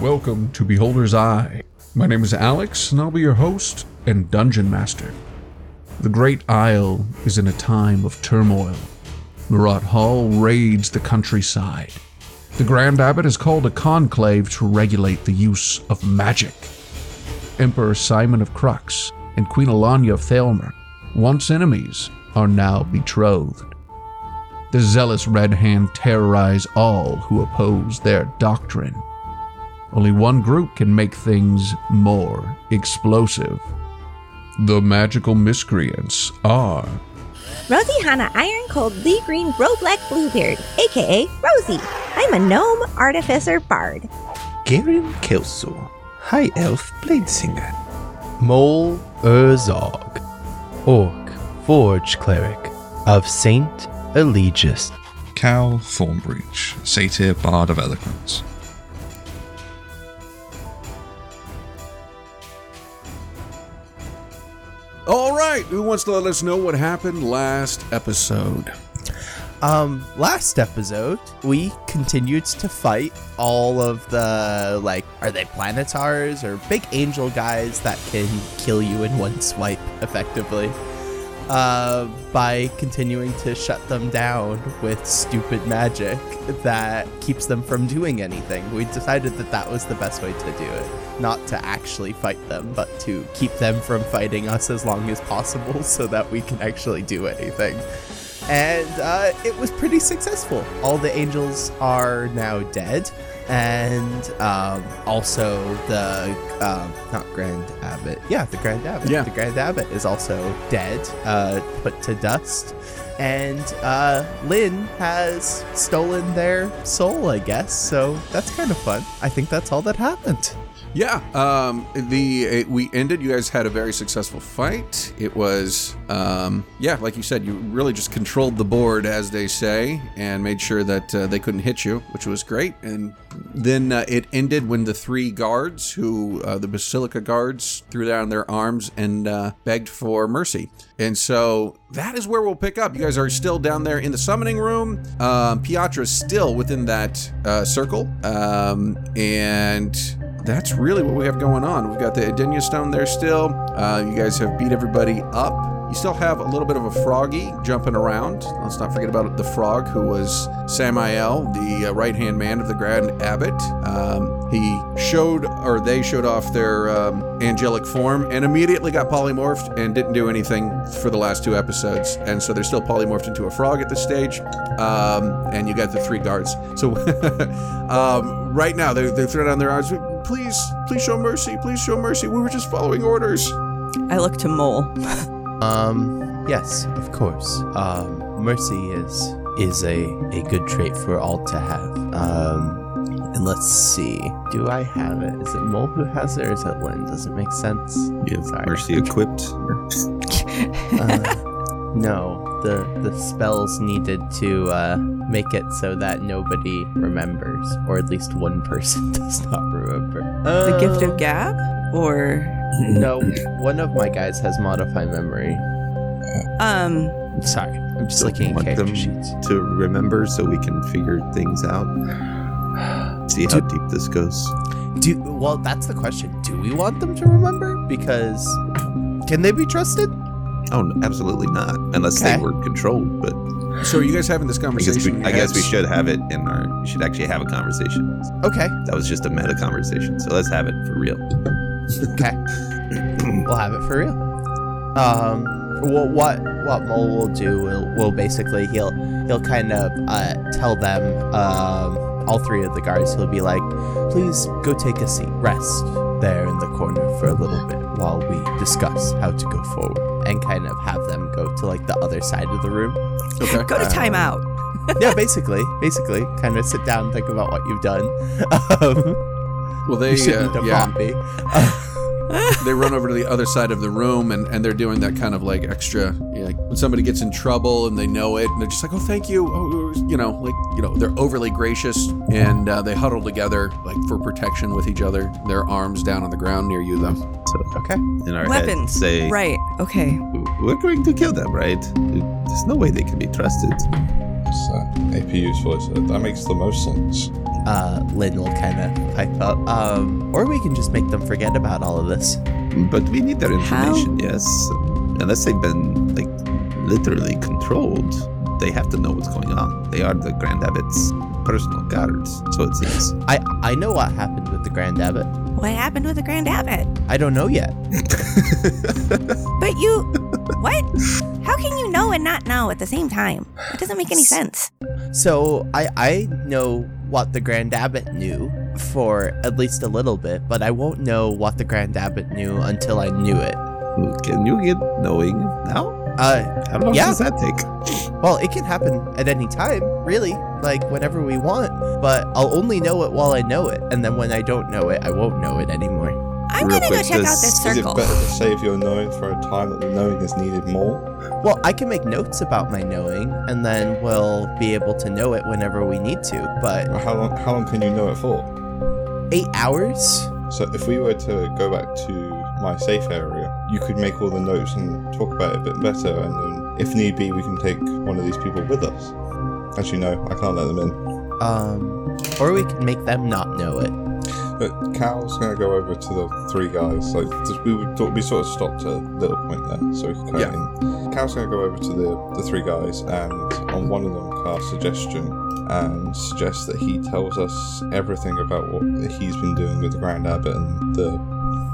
Welcome to Beholder's Eye. My name is Alex, and I'll be your host and dungeon master. The Great Isle is in a time of turmoil. Marat Hall raids the countryside. The Grand Abbot has called a conclave to regulate the use of magic. Emperor Simon of Crux and Queen Alanya of Thalmor, once enemies, are now betrothed. The zealous Red Hand terrorize all who oppose their doctrine. Only one group can make things more explosive. The magical miscreants are Rosie Hannah Iron Cold Lee Green Roe Black Bluebeard, aka Rosie. I'm a gnome artificer bard. Garen Kelso, High Elf Blade Singer. Mole Urzog, Orc Forge Cleric of Saint Allegius. Cal Thornbreach, Satyr Bard of Eloquence. All right, who wants to let us know what happened last episode? Um, last episode, we continued to fight all of the, like, are they planetars or big angel guys that can kill you in one swipe, effectively, uh, by continuing to shut them down with stupid magic that keeps them from doing anything. We decided that that was the best way to do it. Not to actually fight them, but to keep them from fighting us as long as possible so that we can actually do anything and uh, it was pretty successful. All the angels are now dead, and um, also the um, not Grand Abbot, yeah, the Grand Abbot, Yeah. the Grand Abbot is also dead, uh, put to dust, and uh, Lynn has stolen their soul, I guess. So that's kind of fun. I think that's all that happened. Yeah, um, the it, we ended. You guys had a very successful fight. It was, um, yeah, like you said, you really just controlled the board, as they say, and made sure that uh, they couldn't hit you, which was great. And then uh, it ended when the three guards, who uh, the Basilica guards, threw down their arms and uh, begged for mercy. And so that is where we'll pick up. You guys are still down there in the summoning room. Um, Piatra is still within that uh, circle, um, and that's really what we have going on. We've got the Adenia Stone there still. Uh, you guys have beat everybody up. You still have a little bit of a froggy jumping around. Let's not forget about the frog, who was Samael, the uh, right hand man of the Grand Abbot. Um, he showed, or they showed off their um, angelic form and immediately got polymorphed and didn't do anything for the last two episodes. And so they're still polymorphed into a frog at this stage. Um, and you got the three guards. So um, right now, they're, they're throwing down their arms. Please, please show mercy. Please show mercy. We were just following orders. I look to Mole. Um, yes, of course. Um, mercy is is a a good trait for all to have. Um, and let's see. Do I have it? Is it Mole who has it, or is it Lynn? Does it make sense? You have Sorry. Mercy equipped. Uh, no, the the spells needed to uh, make it so that nobody remembers, or at least one person does not remember. The gift Um, of gab? Or no. One of my guys has modify memory. um Sorry, I'm just Don't looking at want character them sheets. To remember so we can figure things out. See how deep this goes. Do well. That's the question. Do we want them to remember? Because can they be trusted? Oh, no, absolutely not. Unless Okay. they were controlled, but So are you guys having this I guess, conversation? we, I guess we Yes. should have it in our. We should actually have a conversation. Okay, That was just a meta conversation, so let's have it for real. we'll have it for real. Um, well, what what Mole will do will will basically he'll he'll kind of uh, tell them um, all three of the guards. He'll be like, please go take a seat, rest there in the corner for a little bit while we discuss how to go forward, and kind of have them go to like the other side of the room. Okay. go to Uh, timeout. yeah, basically, basically, kind of sit down and think about what you've done. Um, Well, they you shouldn't uh, have yeah, fought me. they run over to the other side of the room and, and they're doing that kind of like extra you know, like when somebody gets in trouble and they know it and they're just like oh thank you oh uh, you know like you know they're overly gracious and uh, they huddle together like for protection with each other their arms down on the ground near you though So Okay. in our head, Weapons. say Right. Okay. we're going to kill them, right? There's no way they can be trusted. uh, So, APU's voice. That makes the most sense. uh, Lynn will kind of pipe up. Um, or we can just make them forget about all of this. But we need their How? information, yes. Unless they've been like literally controlled, they have to know what's going on. They are the Grand Abbot's personal guards, so it seems. I I know what happened with the Grand Abbot. What happened with the Grand Abbot? I don't know yet. But you. what? How can you know and not know at the same time? That doesn't make any sense. So I I know what the Grand Abbot knew for at least a little bit, but I won't know what the Grand Abbot knew until I knew it. Can you get knowing now? Uh, How long Yeah. does that take? well, it can happen at any time, really, like whenever we want. But I'll only know it while I know it, and then when I don't know it, I won't know it anymore. I'm Real gonna go quick, check out does- this Is it circle. better to save your knowing for a time that the knowing is needed more? Well, I can make notes about my knowing, and then we'll be able to know it whenever we need to. But Or how long? How long can you know it for? eight hours? So if we were to go back to my safe area, you could make all the notes and talk about it a bit better, and then if need be, we can take one of these people with us. Actually, no, I can't let them in. Um, or we can make them not know it. But Cal's gonna go over to the three guys. Like just- we would, we sort of stopped at a little point there, so we could cut Yeah. in. Cal's gonna go over to the the three guys, and on one of them, cast suggestion and suggest that he tells us everything about what he's been doing with the Grand Abbot and the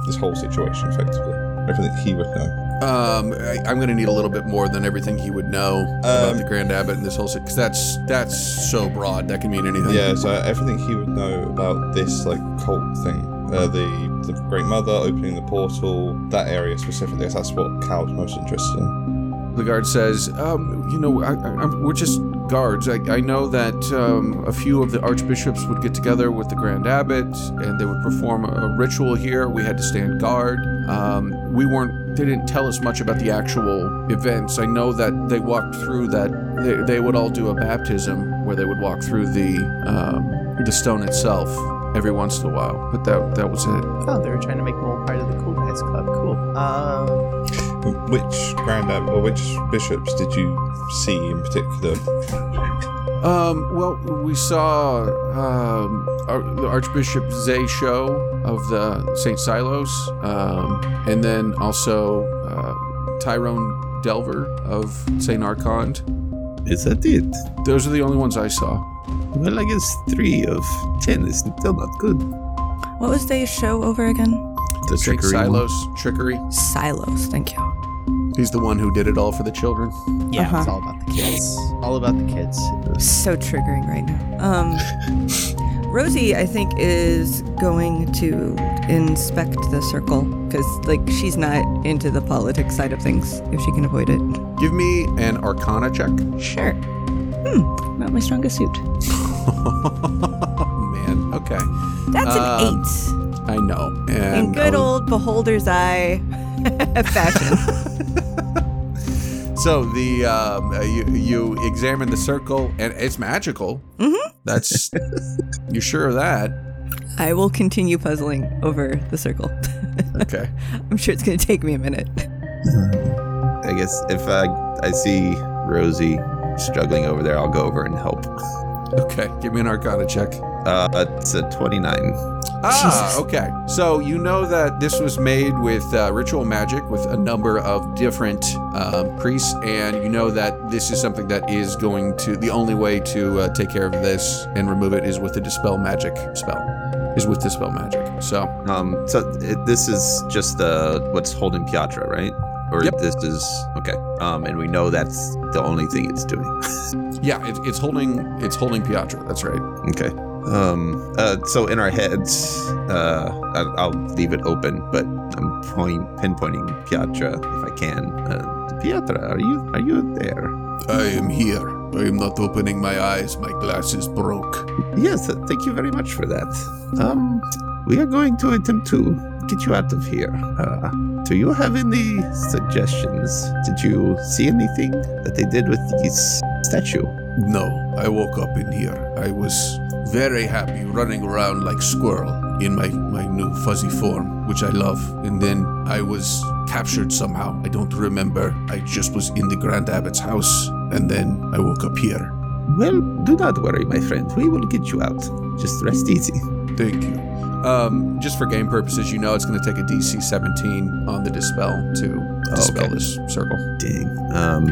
this whole situation, effectively. Everything he would know. Um, I, I'm going to need a little bit more than everything he would know about Um, the Grand Abbot and this whole because that's that's so broad that can mean anything. Yeah, so everything he would know about this like cult thing, uh, the the Great Mother opening the portal, that area specifically, 'cause that's what Cal's most interested in. The guard says, um, "You know, I, I, I'm, we're just guards. I, I know that um, a few of the archbishops would get together with the Grand Abbot, and they would perform a, a ritual here. We had to stand guard. Um, we weren't. They didn't tell us much about the actual events. I know that they walked through that. They, they would all do a baptism where they would walk through the um, the stone itself every once in a while. But that that was it. Oh, they were trying to make them all part of the Cool Guys Club. Cool. Um, Which Grand Abbot or which bishops did you see in particular? Um, well, we saw um, Ar- the Archbishop Zay show of the St. Silos, um, and then also uh, Tyrone Delver of St. Archond. Is that it? Those are the only ones I saw. Well, I guess three of ten is still not good. What was the show over again? The St. trickery one. Silos, Trickery. Silos. Thank you. He's the one who did it all for the children. yeah, it's Uh-huh. all about the kids. All about the kids. so triggering right now. Um, Rosie, I think, is going to inspect the circle because, like, she's not into the politics side of things if she can avoid it. Give me an Arcana check. Sure. Hmm, not my strongest suit. Man, okay. That's an Um, eight. I know. And oh, In good I'll- old beholder's eye fashion. So the um, uh, you, you examine the circle and it's magical. Mhm. That's you sure of that? I will continue puzzling over the circle. Okay. I'm sure it's going to take me a minute. I guess if I, I see Rosie struggling over there, I'll go over and help. Okay. Give me an Arcana check. Uh, it's a 29. Ah, okay. So you know that this was made with uh, ritual magic with a number of different um, priests, and you know that this is something that is going to the only way to uh, take care of this and remove it is with the dispel magic spell. Is with dispel magic. So Um, so it, this is just uh, what's holding Piatra, right? Or Yep. this is okay. Um, and we know that's the only thing it's doing. yeah, it, it's holding it's holding Piatra. That's right. Okay. Um, uh, so in our heads, uh, I, I'll leave it open, but I'm point, pinpointing Piatra if I can. Uh, Piatra, are you are you there? I am here. I am not opening my eyes. My glasses broke. Yes, uh, thank you very much for that. Um, we are going to attempt to get you out of here. Uh, do you have any suggestions? Did you see anything that they did with this statue? No, I woke up in here. I was very happy running around like squirrel in my, my new fuzzy form, which I love. And then I was captured somehow. I don't remember. I just was in the Grand Abbot's house, and then I woke up here. Well, do not worry, my friend. We will get you out. Just rest easy. Thank you. Um, just for game purposes, you know it's going to take a DC 17 on the dispel to Oh, dispel okay. this circle. Dang. Um,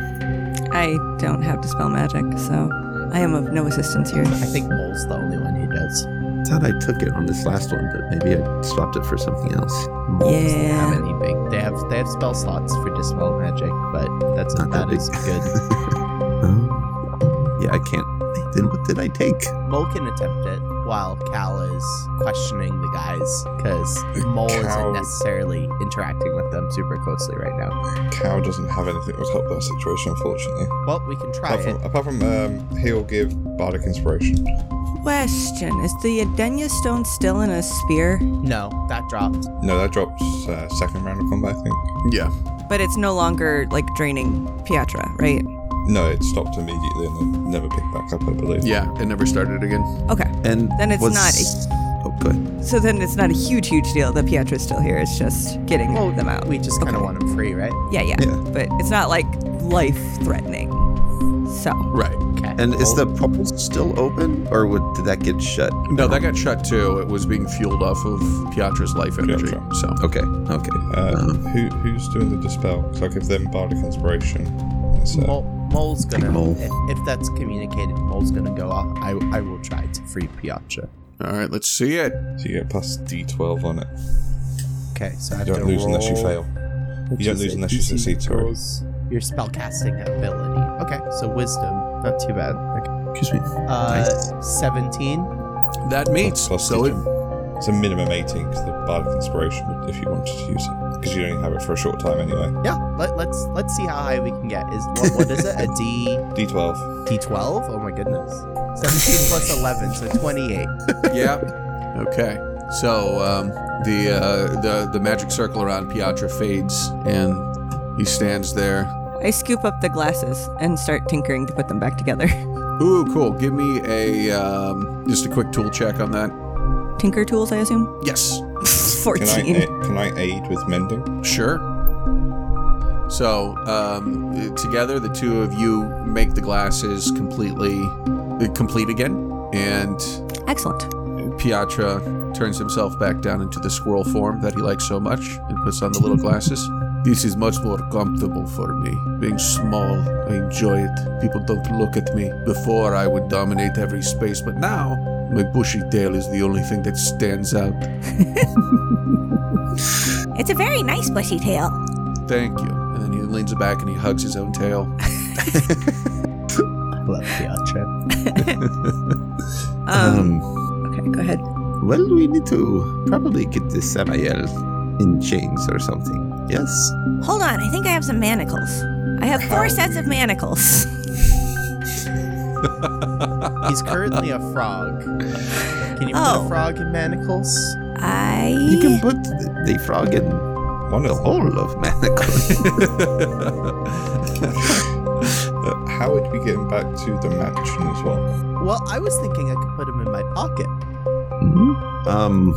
I don't have dispel magic, so I am of no assistance here. I think Mole's the only one who does. thought I took it on this last one, but maybe I swapped it for something else. Moles doesn't have Yeah. any big. They have they have spell slots for dispel magic, but that's Not not that that big. as good. Um, yeah, I can't. Then what did I take? Mole can attempt it while Cal is questioning the guys because Mole Cal- isn't necessarily interacting with them super closely right now. Cow doesn't have anything that would help that situation, unfortunately. Well, we can try Apart it. from, apart from um, he'll give Bardic Inspiration. Question Is the Adenia stone still in a sphere? No, that dropped. No, that drops uh, second round of combat, I think. Yeah. But it's no longer like draining Pietra, right? No, it stopped immediately and then never picked back up, I believe. Yeah. It never started again. Okay. And Then it's was- not Oh, good. So then it's not a huge, huge deal that Pietra's still here. It's just getting them out. We just kind of Okay. want them free, right? Yeah, yeah, Yeah. But it's not like life threatening. So, Right. Okay. And is Mole- the portal still open, or would, did that get shut? No, that got shut too. It was being fueled off of Pietra's life energy. Pietra. So Okay. Okay. Uh, Uh-huh. Um, who, who's doing the dispel? Because I give them Bardic Inspiration. uh, So, Mole, Mole's gonna. Mole. If, if that's communicated, Mole's gonna go off. I, I will try to free Piatra. all right, let's see it. so you get plus D12 on it. Okay, so I You have don't to lose unless you roll- fail. which don't is lose a unless you DC succeed, sorry. equals Your spellcasting ability. Okay, so wisdom. Not too bad. Okay. excuse me. Uh, 17. That meets. Plus So it, D10. it's a minimum 18 because the Bardic Inspiration would- if you wanted to use it. Because you only have it for a short time anyway. Yeah, let, let's let's see how high we can get. Is what, what is it? A D D12. D12? Oh my goodness. 17 plus 11, so 28. yeah. Okay. So um, the uh, the the magic circle around Pietra fades, and he stands there. I scoop up the glasses and start tinkering to put them back together. Ooh, cool. Give me a um, just a quick tool check on that. Tinker tools, I assume? Yes. Can I, 14. a- can I aid with mending? Sure. So, um, together, the two of you make the glasses completely uh, complete again, and Excellent. Piatra turns himself back down into the squirrel form that he likes so much and puts on the little glasses. This is much more comfortable for me. Being small, I enjoy it. People don't look at me. Before, I would dominate every space, but now, my bushy tail is the only thing that stands out. It's a very nice bushy tail. Thank you. And then he leans back and he hugs his own tail. I love Piatra. Um, um okay, go ahead. Well, we need to probably get this Samael in chains or something. Yes? Hold on, I think I have some manacles. I have four sets of manacles. He's currently a frog. Can you put Oh. a frog in manacles? I. You can put the, the frog in One the of them. whole of Manacle. Uh, how would we get him back to the mansion as well? Well, I was thinking I could put him in my pocket. Mhm. Um,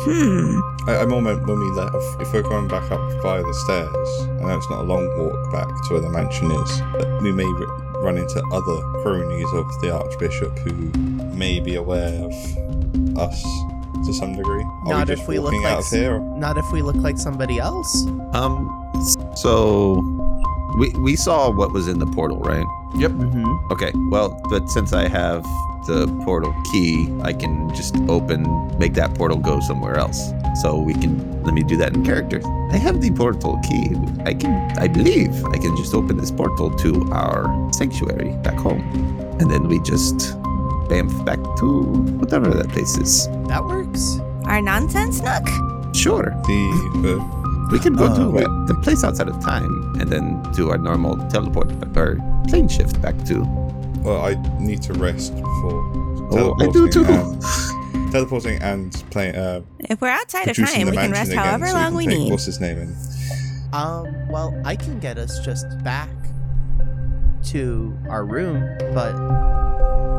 Hmm. I, I more meant when we left, if we're going back up via the stairs, I know it's not a long walk back to where the mansion is, but we may r- run into other cronies of the Archbishop who may be aware of us to some degree. Are Not we just if we look walking like out of s- here? or- Not if we look like somebody else. um, so we, we saw what was in the portal, right? yep. Mm-hmm. Okay, well, but since I have the portal key, I can just open, make that portal go somewhere else. So we can, let me do that in character. I have the portal key. I can, I believe I can just open this portal to our sanctuary back home. And then we just bamf back to whatever that place is. That works. Our nonsense nook? Sure, The uh, we can go Uh, to wait. the place outside of time and then do our normal teleport or plane shift back to. Well, I need to rest before Oh, I do too. And, teleporting and playing. Uh, If we're outside of producing time, the we can mansion rest again however so long can we take- need. What's his name? In Um, well, I can get us just back to our room, but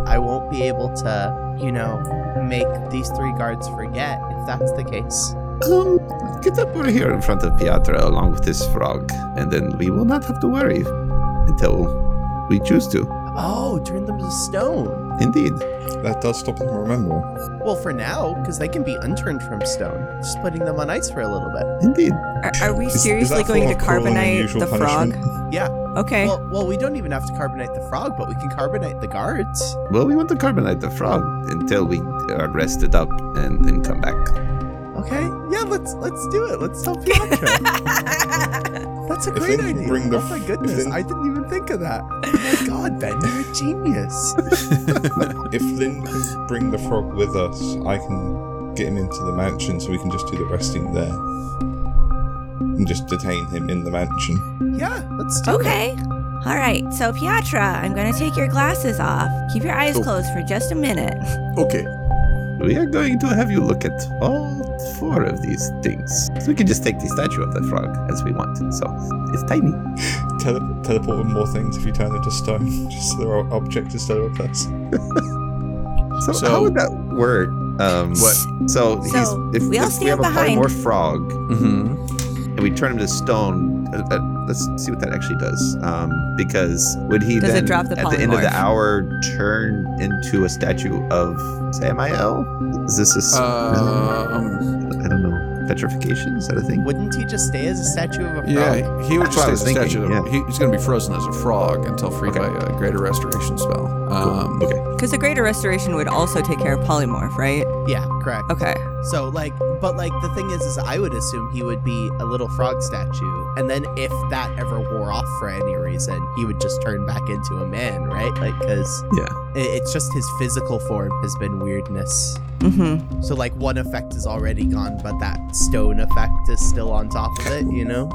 I won't be able to, you know, make these three guards forget if that's the case. Um, get up over here in front of Piatra along with this frog, and then we will not have to worry until we choose to. Oh, turn them to stone. Indeed. That does stop them from remembering. Well, for now, because they can be unturned from stone. Just putting them on ice for a little bit. Indeed. Are, are we Is- is seriously that going to form of cruel and carbonate unusual the frog? Yeah. Okay. Well, well, we don't even have to carbonate the frog, but we can carbonate the guards. Well, we want to carbonate the frog until we are rested up and then come back. Okay. Yeah, let's let's do it. Let's tell Piotr. That's a If they great can idea. bring the oh my f- if goodness, they- I didn't even think of that. Oh my god, Ben, you're a genius. If Lynn can bring the frog with us, I can get him into the mansion so we can just do the resting there. And just detain him in the mansion. yeah, let's do it. Okay. All right. So, Piatra, I'm going to take your glasses off. Keep your eyes Oh. closed for just a minute. Okay. We are going to have you look at all four of these things. So we can just take the statue of the frog as we want. So it's tiny. Tele- teleport with more things if you turn them to stone, just so there are objects instead of a person. So, So- how would that work? Um, What? So, he's, So, if, we all if we stand have behind. a more frog Mm-hmm. and we turn him to stone, uh, uh, let's see what that actually does. Um, because would he Does it then drop the at the end of the polymorph? hour turn into a statue of Samael? Is this a s- Uh, Um, I don't know petrification? Is that a thing? Wouldn't he just stay as a statue of a frog? yeah, he would That's just what Oh. stay I was as a statue. thinking, He, he's going to be frozen as a frog until freed Okay. by a greater restoration spell. Um, Okay. Because the Greater Restoration would also take care of polymorph, right? Yeah, correct. Okay. So like, but like the thing is, is I would assume he would be a little frog statue, and then if that ever wore off for any reason, he would just turn back into a man, right? Like, cause Yeah. i- it's just his physical form has been weirdness. Mm-hmm. So like one effect is already gone, but that stone effect is still on top of it, you know?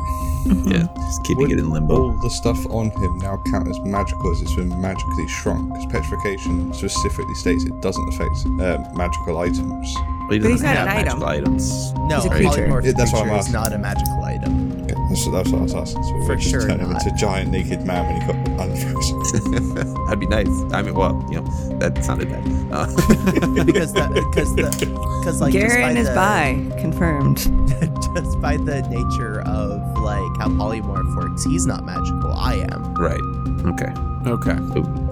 Yeah, oh, just keeping Would it in limbo. All the stuff on him now count as magical as it's been magically shrunk, because petrification specifically states it doesn't affect uh, magical items. he But he's doesn't not an have item. magical items. No, He's a creature. polymorph Yeah, that's what I'm creature is asking. not a magical item. Okay, that's, that's what I was asking. So we For just sure turn him not. into a giant naked man when he got unfrozen. That'd be nice. I mean, well, you know, that sounded bad. Uh, Because the because the because like just Garen by is the- by. Confirmed. just by the nature of like how polymorph works, he's not magical. I am. right. Okay. Okay.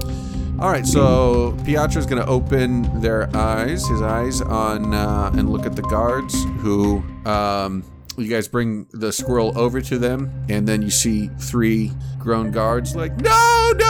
All right, so Piatra's going to open their eyes, his eyes, on uh, and look at the guards who. Um, you guys bring the squirrel over to them, and then you see three grown guards like, "No, no,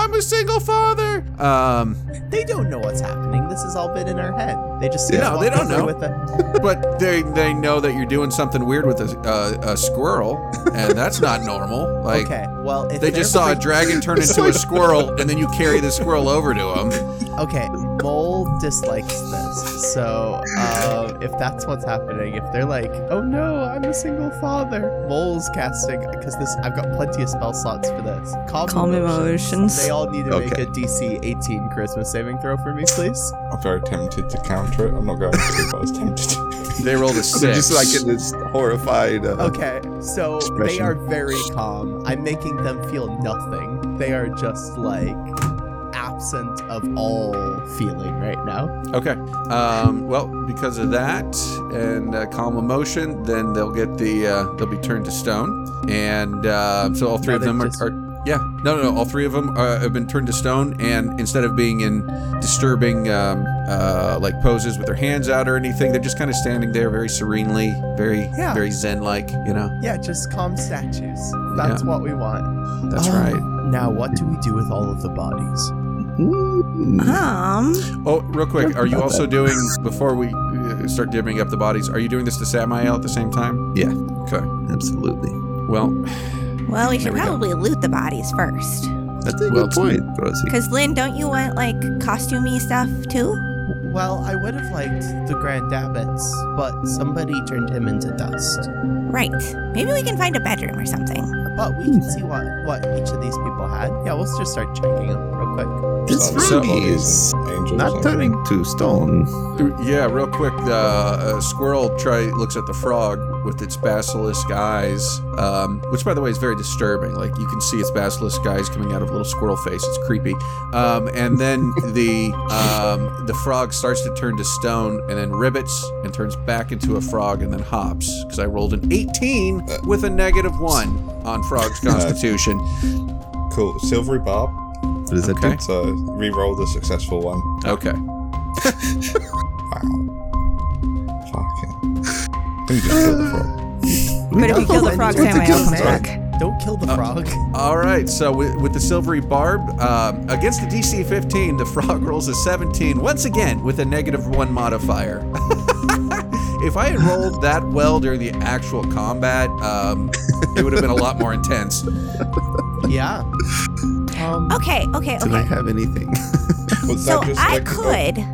I'm a single father." Um, They don't know what's happening. This has all been in our head. They just Yeah, walk they don't over know. With a, but they they know that you're doing something weird with a, uh, a squirrel, and that's not normal. Like, okay, well, if they they're just saw a bring- dragon turn into a squirrel, and then you carry the squirrel over to him. Okay, Mole dislikes this. So um, if that's what's happening, if they're like, "Oh no, I'm a single father," Mole's casting because this I've got plenty of spell slots for this. Calm, Calm emotions. They all need to Okay. make a DC 18 Christmas saving throw for me, please. I'm very tempted to counter it. I'm not going to, but I was tempted to. They rolled a They're six. just like in this horrified. Uh, Okay, so they Expression. are very calm. I'm making them feel nothing. They are just like absent of all feeling right now. Okay. Um, well, because of that and uh, calm emotion, then they'll get the uh, they'll be turned to stone, and uh, so all three Now of them they're are, just- are. Yeah, no, no, no. All three of them uh, have been turned to stone, and instead of being in disturbing um, uh, like poses with their hands out or anything, they're just kind of standing there, very serenely, very, Yeah. very zen-like. You know, Yeah, just calm statues. That's what we want. that's Oh, right. Now, what do we do with all of the bodies? mm, Um, Oh, real quick, are you about also doing before we uh, start divvying up the bodies? Are you doing this to Samael at the same time? Yeah. Okay. Absolutely. Well, well, we There should we go. probably loot the bodies first. That's a Well, good point, Rosie. Because, Lynn, don't you want, like, costumey stuff too? Well, I would have liked the Grand Abbots, but somebody turned him into dust. Right. Maybe we can find a bedroom or something. But we can Hmm. see what, what each of these people had. Yeah, let's just start checking them real quick. This so- frog is angels. not turning to stone. Yeah, real quick. The uh, squirrel try looks at the frog with its basilisk eyes, um, which, by the way, is very disturbing. Like you can see its basilisk eyes coming out of a little squirrel face. It's creepy. Um, and then the um, the frog starts to turn to stone, and then rivets and turns back into a frog, and then hops. Because I rolled an 18 with a negative one on frog's constitution. Cool. Silvery Barb, What does that Okay. do? So re-roll the successful one. Okay. Wow. Fucking. Who just killed the frog? We But if you know kill the when- frog, what to Samuel kill comes the back. frog. Don't kill Uh, the frog. All right. So with, with the silvery barb um, against the DC 15, the frog rolls a 17 once again with a negative one modifier. if I had rolled that well during the actual combat, um, it would have been a lot more intense. yeah. Um, Oh. Okay, okay, Do I okay. have anything? Well, So that just- I that could go-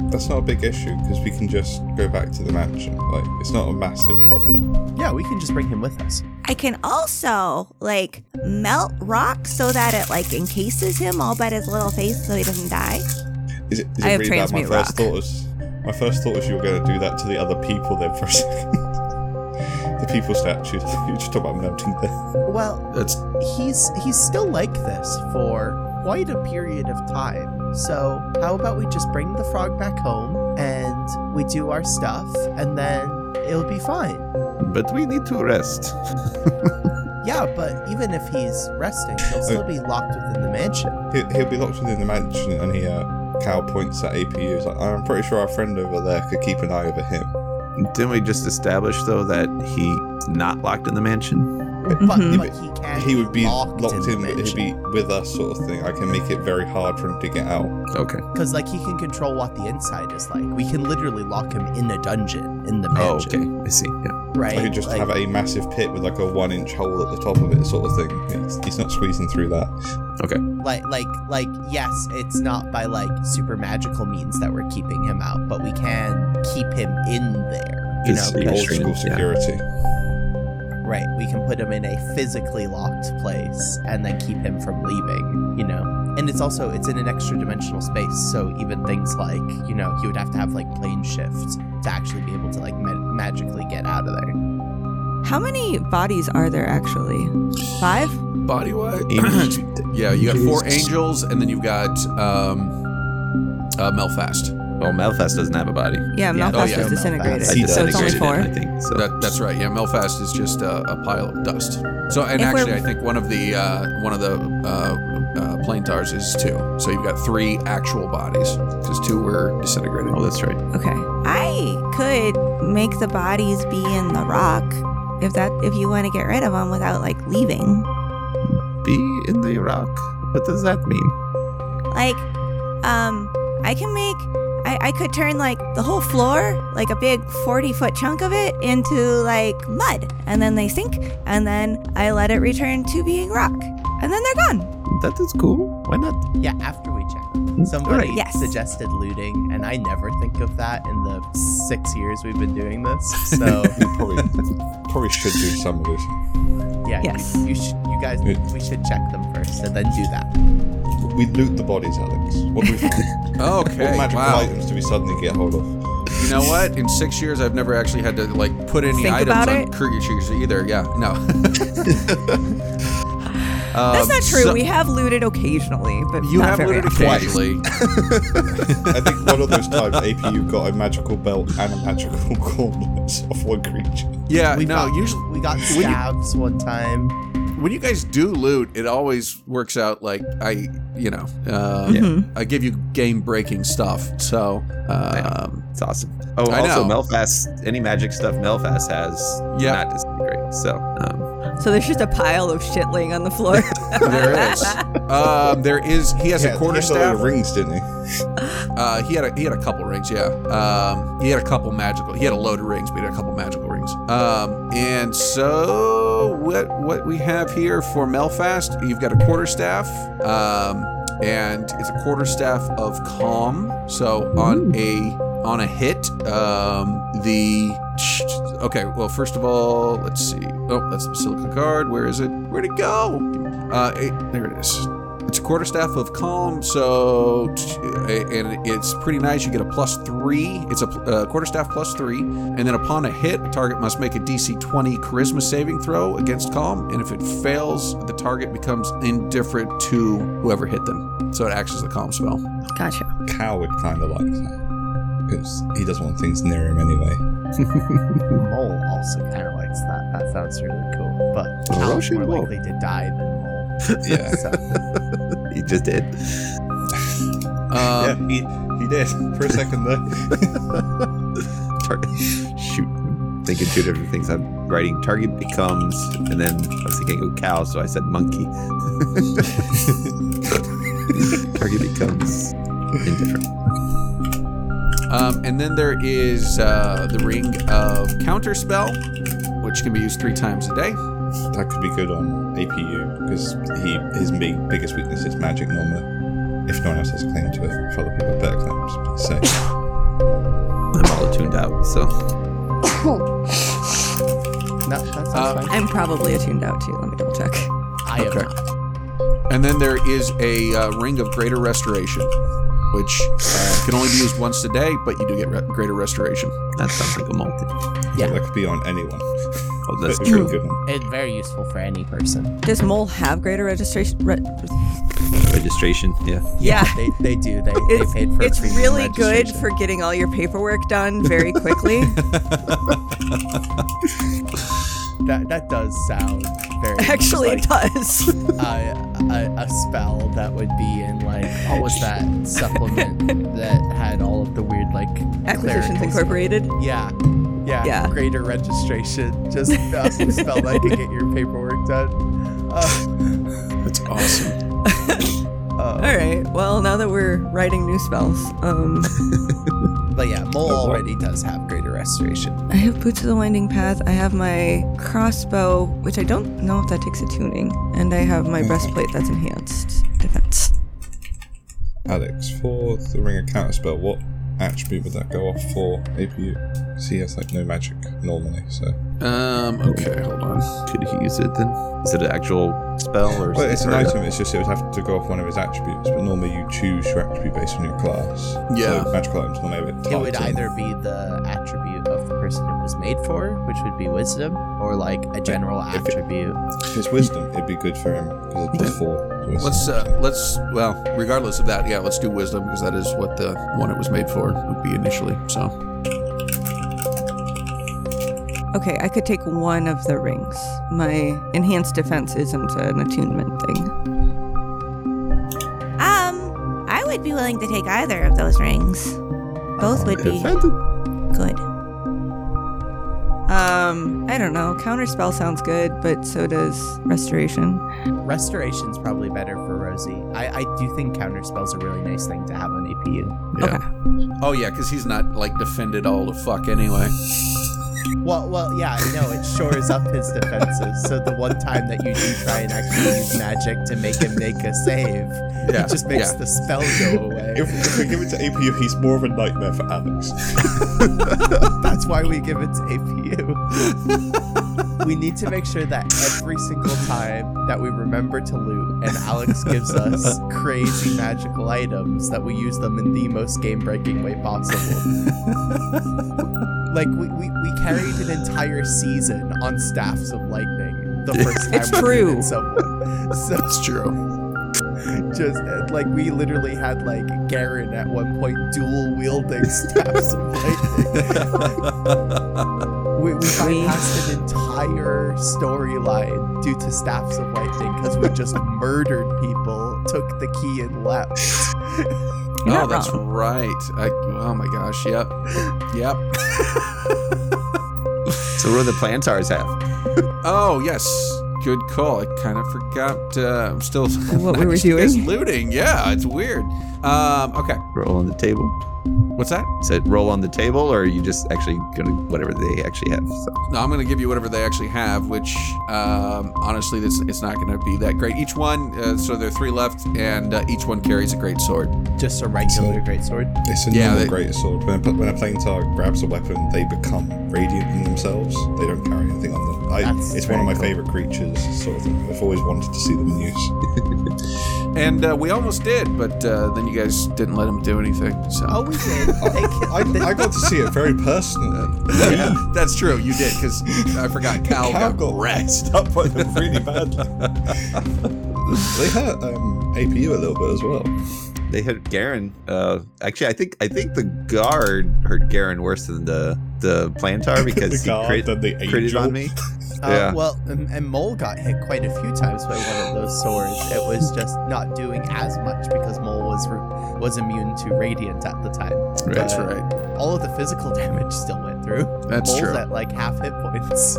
could. That's not a big issue because we can just go back to the mansion. Like, it's not a massive problem. yeah, we can just bring him with us. I can also like melt rock so that it like encases him all but his little face so he doesn't die. Is it, is I it have really bad? My transmute first rock. thought was, my first thought was you were going to do that to the other people then for a second. the people statues. You just talk about melting them. Well, That's he's he's still like this for quite a period of time. So how about we just bring the frog back home and we do our stuff and then it'll be fine. But we need to rest. Yeah, but even if he's resting, he'll still be locked within the mansion. He, he'll be locked within the mansion, and he uh, Cal points at APU. He's like, I'm pretty sure our friend over there could keep an eye over him. Didn't we just establish though that he's not locked in the mansion? But, Mhm. but he can. He would be locked, locked, in, in, but he'd be with us, sort of thing. I can make it very hard for him to get out. Okay. because like he can control what the inside is like. We can literally lock him in a dungeon in the Oh, mansion. okay. I see. Yeah. Right. I could just Like- have a massive pit with like a one-inch hole at the top of it, sort of thing. He's, he's not squeezing through that. like like like yes it's not by like super magical means that we're keeping him out but we can keep him in there you It's know the 'cause- Old Extreme, school yeah. security. right we can put him in a physically locked place and then keep him from leaving you know and it's also it's in an extra dimensional space so even things like you know he would have to have like plane shift to actually be able to like ma- magically get out of there How many bodies are there actually? Five? body wise. Angels. yeah, you got four Jesus. angels, and then you've got um, uh, Melfast. Well, Malfast doesn't have a body. Yeah, Yeah, Malfast oh, yeah. was disintegrated. Malfast. I So it's only disintegrated four. him, I think. So That, that's right. Yeah, Melfast is just a, a pile of dust. So, and If we're- actually, I think one of the uh, one of the uh, uh, plantars is two. So you've got three actual bodies because two were disintegrated. Oh, that's right. Okay. I could make the bodies be in the rock if that if you want to get rid of them without like leaving. Be in the rock. What does that mean? Like, um, I can make I, I could turn like the whole floor, like a big forty foot chunk of it, into like mud, and then they sink, and then I let it return to being rock, and then they're gone. That is cool. Why not? yeah after we check somebody Right. Yes. suggested looting and i never think of that in the six years we've been doing this so We probably probably should do some of this. Yeah. you- Yes. You, sh- you guys, Yeah. we should check them first and then do that. We loot the bodies, Alex. What do we find? what Okay. magical Wow. items do we suddenly get hold of? You know what? In six years, I've never actually had to like put any Think items about on it? creatures either. Yeah. No. Um, That's not true. so- we have looted occasionally, but you not have very looted often. occasionally. I think one of those times, APU got a magical belt and a magical gauntlet of one creature. Yeah. We no. got- Usually, We got When you- stabs one time. when you guys do loot, it always works out like I, you know, uh, Mhm. I give you game breaking stuff. So, um, It's awesome. Oh, I also know. Melfast. Any magic stuff Melfast has Yeah. not disintegrate. So um, So there's just a pile of shit laying on the floor. there is. Um, there is. He has Yeah, a he quarter had a lot of staff. rings, didn't he? Uh, he had a he had a couple rings. Yeah. Um, he had a couple magical. He had a load of rings, but he had a couple magical rings. Um, and so what what we have here for Melfast, you've got a quarter staff. Um, and it's a quarter staff of calm. So on a on a hit, um, the okay. Well, first of all, let's see. Oh, that's the silicon card. Where is it? Where'd it go? Uh, it, there it is. It's a quarterstaff of calm, so and it's pretty nice. You get a plus three. It's a uh, quarterstaff plus three, and then upon a hit, a target must make a DC 20 Charisma saving throw against calm, and if it fails, the target becomes indifferent to whoever hit them. So it acts as a calm spell. Gotcha. Cal would kind of like that. Because he doesn't want things near him anyway. Mole also kind of likes that. That sounds really cool. But Cal's Roshi more Mole. likely to die than Mole. Yeah. So, he just did. Um, yeah, he, he did for a second there. Tar- shoot. Thinking two different things. I'm writing target becomes, and then I was thinking oh, cow, so I said monkey. target becomes indifferent. um, and then there is uh, the ring of counterspell, which can be used three times a day. That could be good on APU because he his big, biggest weakness is magic normally. If no one else has a claim to it, for other people have better claims. please say. I'm all tuned out, so No, that sounds Uh, fine. I'm probably attuned out too. Let me double check. I am okay. not. And then there is a uh, ring of greater restoration, which uh, can only be used once a day, but you do get re- greater restoration. that sounds like a multi. Yeah. That could be on anyone. Oh, that's That could be a true. Good one. It's very useful for any person. Does Mole have greater registration? Re- Registration, yeah. yeah. They, they do. They, they It's, paid for it's premium really good registration. for getting all your paperwork done very quickly. That, that does sound very Actually, like, it does. a, a, a spell that would be in like what was that supplement that had all of the weird like Acquisitions clerical stuff? Incorporated. Yeah. Yeah. Yeah. Greater registration. Just uh, spell that to get your paperwork done. Uh, That's awesome. uh, All right. Well, now that we're writing new spells, um, But yeah, Mole Oh, what? already does have greater restoration. I have Boots of the Winding Path. I have my crossbow, which I don't know if that takes a tuning, and I have my breastplate that's enhanced defense. Alex, for the ring of counterspell, what attribute would that go off for APU? 'Cause he has like no magic normally, so Um, okay, hold on. Could he use it then? Is it an actual spell or? well, it's an or- item. It's just it would have to go off one of his attributes, but normally you choose your attribute based on your class. Yeah. so magical items normally have it. Oh, It would typed in. either be the attribute of the person it was made for, which would be wisdom, or like a general attribute. If it's wisdom, it'd be good for him because it's plus four. wisdom, Let's uh, so. let's well, regardless of that, yeah, let's do wisdom because that is what the one it was made for would be initially. So Okay, I could take one of the rings. My enhanced defense isn't an attunement thing. Um, I would be willing to take either of those rings. Both would be good. Um, I don't know. Counterspell sounds good, but so does restoration. Restoration's probably better for Rosie. I, I do think counterspell's a really nice thing to have on APU. yeah. Okay. Oh yeah, because he's not like defended all the fuck anyway. Well, well, yeah, no, it shores up his defenses. So the one time that you do try and actually use magic to make him make a save, Yeah, it just makes yeah. the spell go away. If, if we give it to APU, he's more of a nightmare for Alex. That's why we give it to APU. we need to make sure that every single time that we remember to loot and Alex gives us crazy magical items that we use them in the most game-breaking way possible. like we, we, we carried an entire season on staffs of lightning the first time It's we true. looted someone. So That's true. just uh, like we literally had like Garen at one point dual wielding staffs of lightning. we, we bypassed an entire storyline due to staffs of lightning because we just murdered people, took the key and left. You're oh, not that's wrong. right. I, oh my gosh. Yep. Yep. So what do the plantars have? Oh yes, good call. I kind of forgot. Uh, I'm still What we were Just- it's doing. looting. Yeah, it's weird. Um, okay, Roll on the table. what's that? Is it roll on the table, or are you just actually gonna whatever they actually have? So, No, I'm gonna give you whatever they actually have, which um, honestly, this it's not gonna be that great. Each one, uh, so there are three left, and uh, each one carries a great sword. Just a regular So- greatsword. It's a Yeah, normal they- greater sword. When, a- when a plain tar grabs a weapon, they become radiant in themselves. They don't carry anything on them. I, That's it's one very of my cool. favorite creatures, sort of thing. I've always wanted to see them in use. And uh, we almost did, but uh, then you guys didn't let him do anything. So Oh, we did. They I, killed I got to see it very personally. yeah, that's true. You did because I forgot Oh, Cal Cal got got wrecked. Up by them really badly. they hurt um, APU a little bit as well. they hurt Garen. Uh, actually, I think I think the guard hurt Garen worse than the the plantar because the guard he crit- and the critted angel. on me. Uh, Yeah. Well, and, and Mole got hit quite a few times by one of those swords. It was just not doing as much because Mole was re- was immune to radiant at the time. That's Uh, right. All of the physical damage still went through. That's Bull's true. at like half hit points.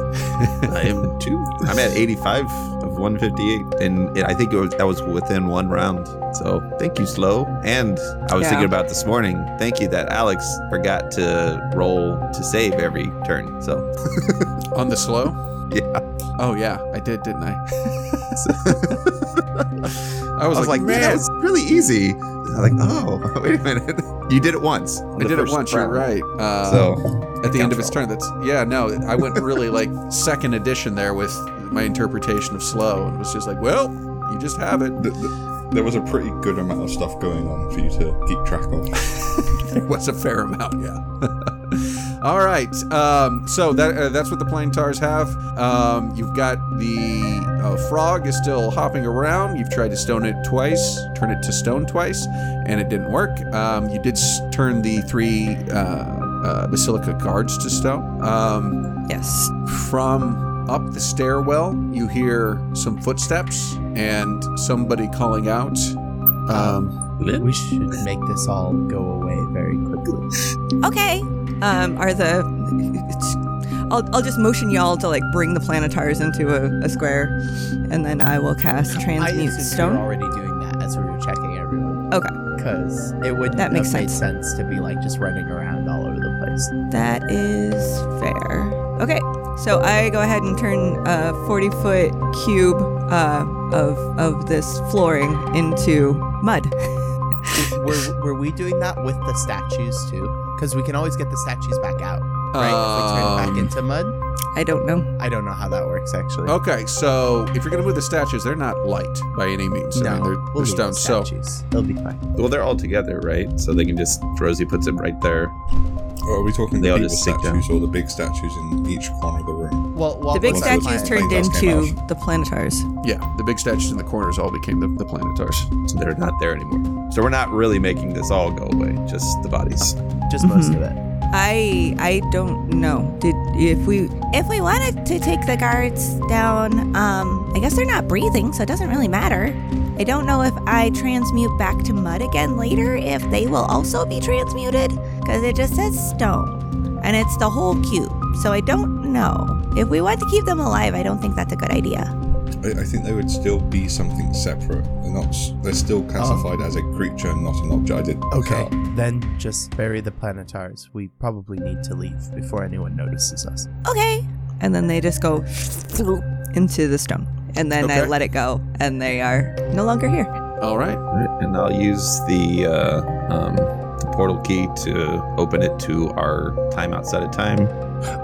I am too. I'm at 85 of 158, and it, I think it was, that was within one round. So thank you, Slow. And I was Yeah. thinking about this morning. Thank you that Alex forgot to roll to save every turn. So On the slow? yeah, Oh, yeah. I did, didn't I? I was, I was like, like, man, that man. was really easy. I was like, oh, wait a minute, you did it once. I did it once. You're right. Uh, So at the Count end of his roll. turn. That's yeah. No, I went really like second edition there with my interpretation of slow, and was just like, well, you just have it. Th- th- there was a pretty good amount of stuff going on for you to keep track of. There was a fair amount, yeah. All right, um, so that uh, that's what the plane tars have. Um, you've got the uh, frog is still hopping around. You've tried to stone it twice, turn it to stone twice, and it didn't work. Um, you did s- turn the three uh, uh, basilica guards to stone. Um, Yes. From up the stairwell, you hear some footsteps and somebody calling out. Um, we should make this all go away very quickly. Okay. Um, are the. I'll, I'll just motion y'all to like bring the planetars into a, a square, and then I will cast I assumed we transmute were stone. already doing that as we were checking everyone. Okay. Because it would That makes have made sense to be like just running around all over the place. That is fair. Okay, so I go ahead and turn a 40 foot cube uh, of of this flooring into mud. were, were we doing that with the statues too? Because we can always get the statues back out, right? if we turn it um, Oh, back into mud. I don't know. I don't know how that works actually. okay, so if you're going to move the statues, they're not light by any means. I No, mean, they're, we'll they're leave stone. the So statues. They'll be fine. well, they're all together, right? So they can just Rosie puts it right there. Or are we talking They the all people just sit down. statues or the big statues in each corner of the room? Well, well The big was well, that statues plan? turned Planetars came into out. the planetars. yeah, the big statues in the corners all became the, the planetars. So they're not there anymore. So we're not really making this all go away, just the bodies. just most Mm-hmm. of it. I I don't know. Did if we If we wanted to take the guards down, um, I guess they're not breathing, so it doesn't really matter. I don't know if I transmute back to mud again later, if they will also be transmuted, because it just says stone, and it's the whole cube, so I don't know. If we want to keep them alive, I don't think that's a good idea. I, I think they would still be something separate. They're not. s- They're still classified as a creature, and not an object. I did. look Oh. Okay, up. then just bury the planetars. We probably need to leave before anyone notices us. Okay. and then they just go into the stone, and then I Okay. let it go, and they are no longer here. All right. And I'll use the uh, um, the portal key to open it to our time outside of time.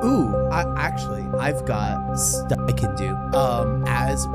Ooh, I, actually, I've got stuff I can do. Um, as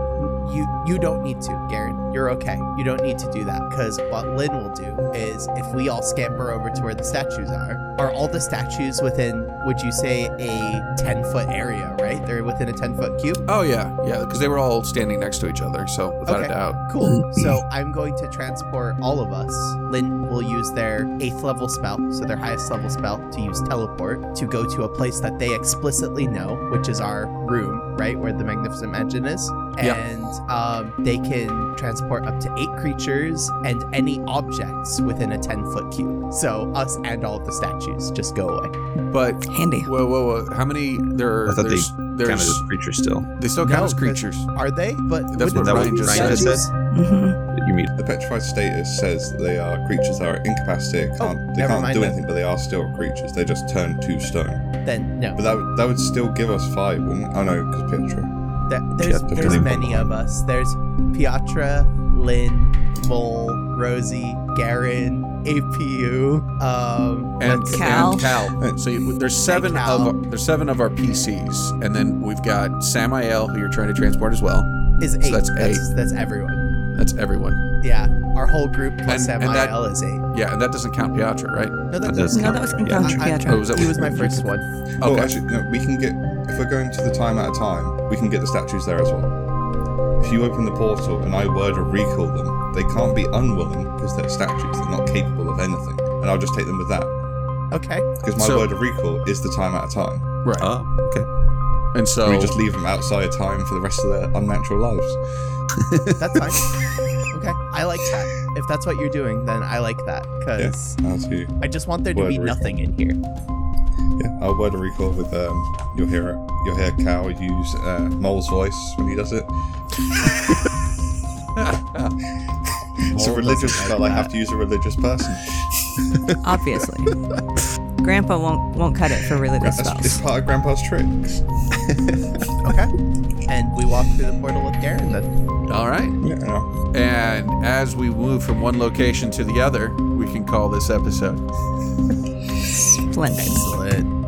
you, you don't need to, Garen. You're okay. You don't need to do that because what Lynn will do is if we all scamper over to where the statues are, are all the statues within? Would you say a ten foot area? Right? They're within a ten foot cube. Oh yeah, yeah, because they were all standing next to each other. So without a Okay. doubt, Cool. So I'm going to transport all of us. Lynn will use their eighth level spell, so their highest level spell, to use teleport to go to a place that they explicitly know, which is our room, right, where the Magnificent Mansion is. Yeah. And um, they can transport up to eight creatures and any objects within a 10 foot cube. So us and all of the statues just go away. but Handy. whoa, whoa, whoa! How many there? I Are, thought they there's, Kind of there's, this creature still. they still count No, as 'cause- creatures. Are they? But That's wouldn't what Ryan the just Ryan said. just says Mm-hmm. hmm that you mean. The petrified status says that they are creatures that are incapacitated. Oh, Can't, they never can't mind do then. anything, but they are still creatures. They just turn to stone. Then no. But that would, that would still give us five, wouldn't it? Oh no, because Petra. There, there's Yeah, there's definitely. many of us. There's Piatra, Lynn, Mole, Rosie, Garen, APU, um, and Cal. and Cal. So you, there's seven Cal. of there's seven of our PCs, and then we've got Samael, who you're trying to transport as well. is eight. So that's That's, that's everyone. That's everyone. Yeah, our whole group plus And- Sam and that- Samael is eight. Yeah, and that doesn't count Piatra, right? No, that, That does No, that was Encounter I- I- Oh, Pietro. was that he was my first one. Oh, Okay. actually, no. We can get if we're going to the time at a time. We can get the statues there as well. If you open the portal and I word to recall them, they can't be unwilling because they're statues. They're not capable of anything, and I'll just take them with that Okay. because my So- word of recall is the time at a time. right. Oh, okay. and so We just leave them outside of time for the rest of their unnatural lives. That's fine. okay. I like that. if that's what you're doing, then I like that because How to I just want there to Word be re- nothing in here. yeah, I'll word a recall with um you'll hear it. You'll hear Cal use uh, Mole's voice when he does it. it's a Mole religious doesn't like spell. I that. have to use a religious person. Obviously. Grandpa won't won't cut it for religious That's, it's spells. part of Grandpa's tricks. Okay. And we walk through the portal with Garen then. All right. Yeah. And as we move from one location to the other, we can call this episode. Splendid. Excellent.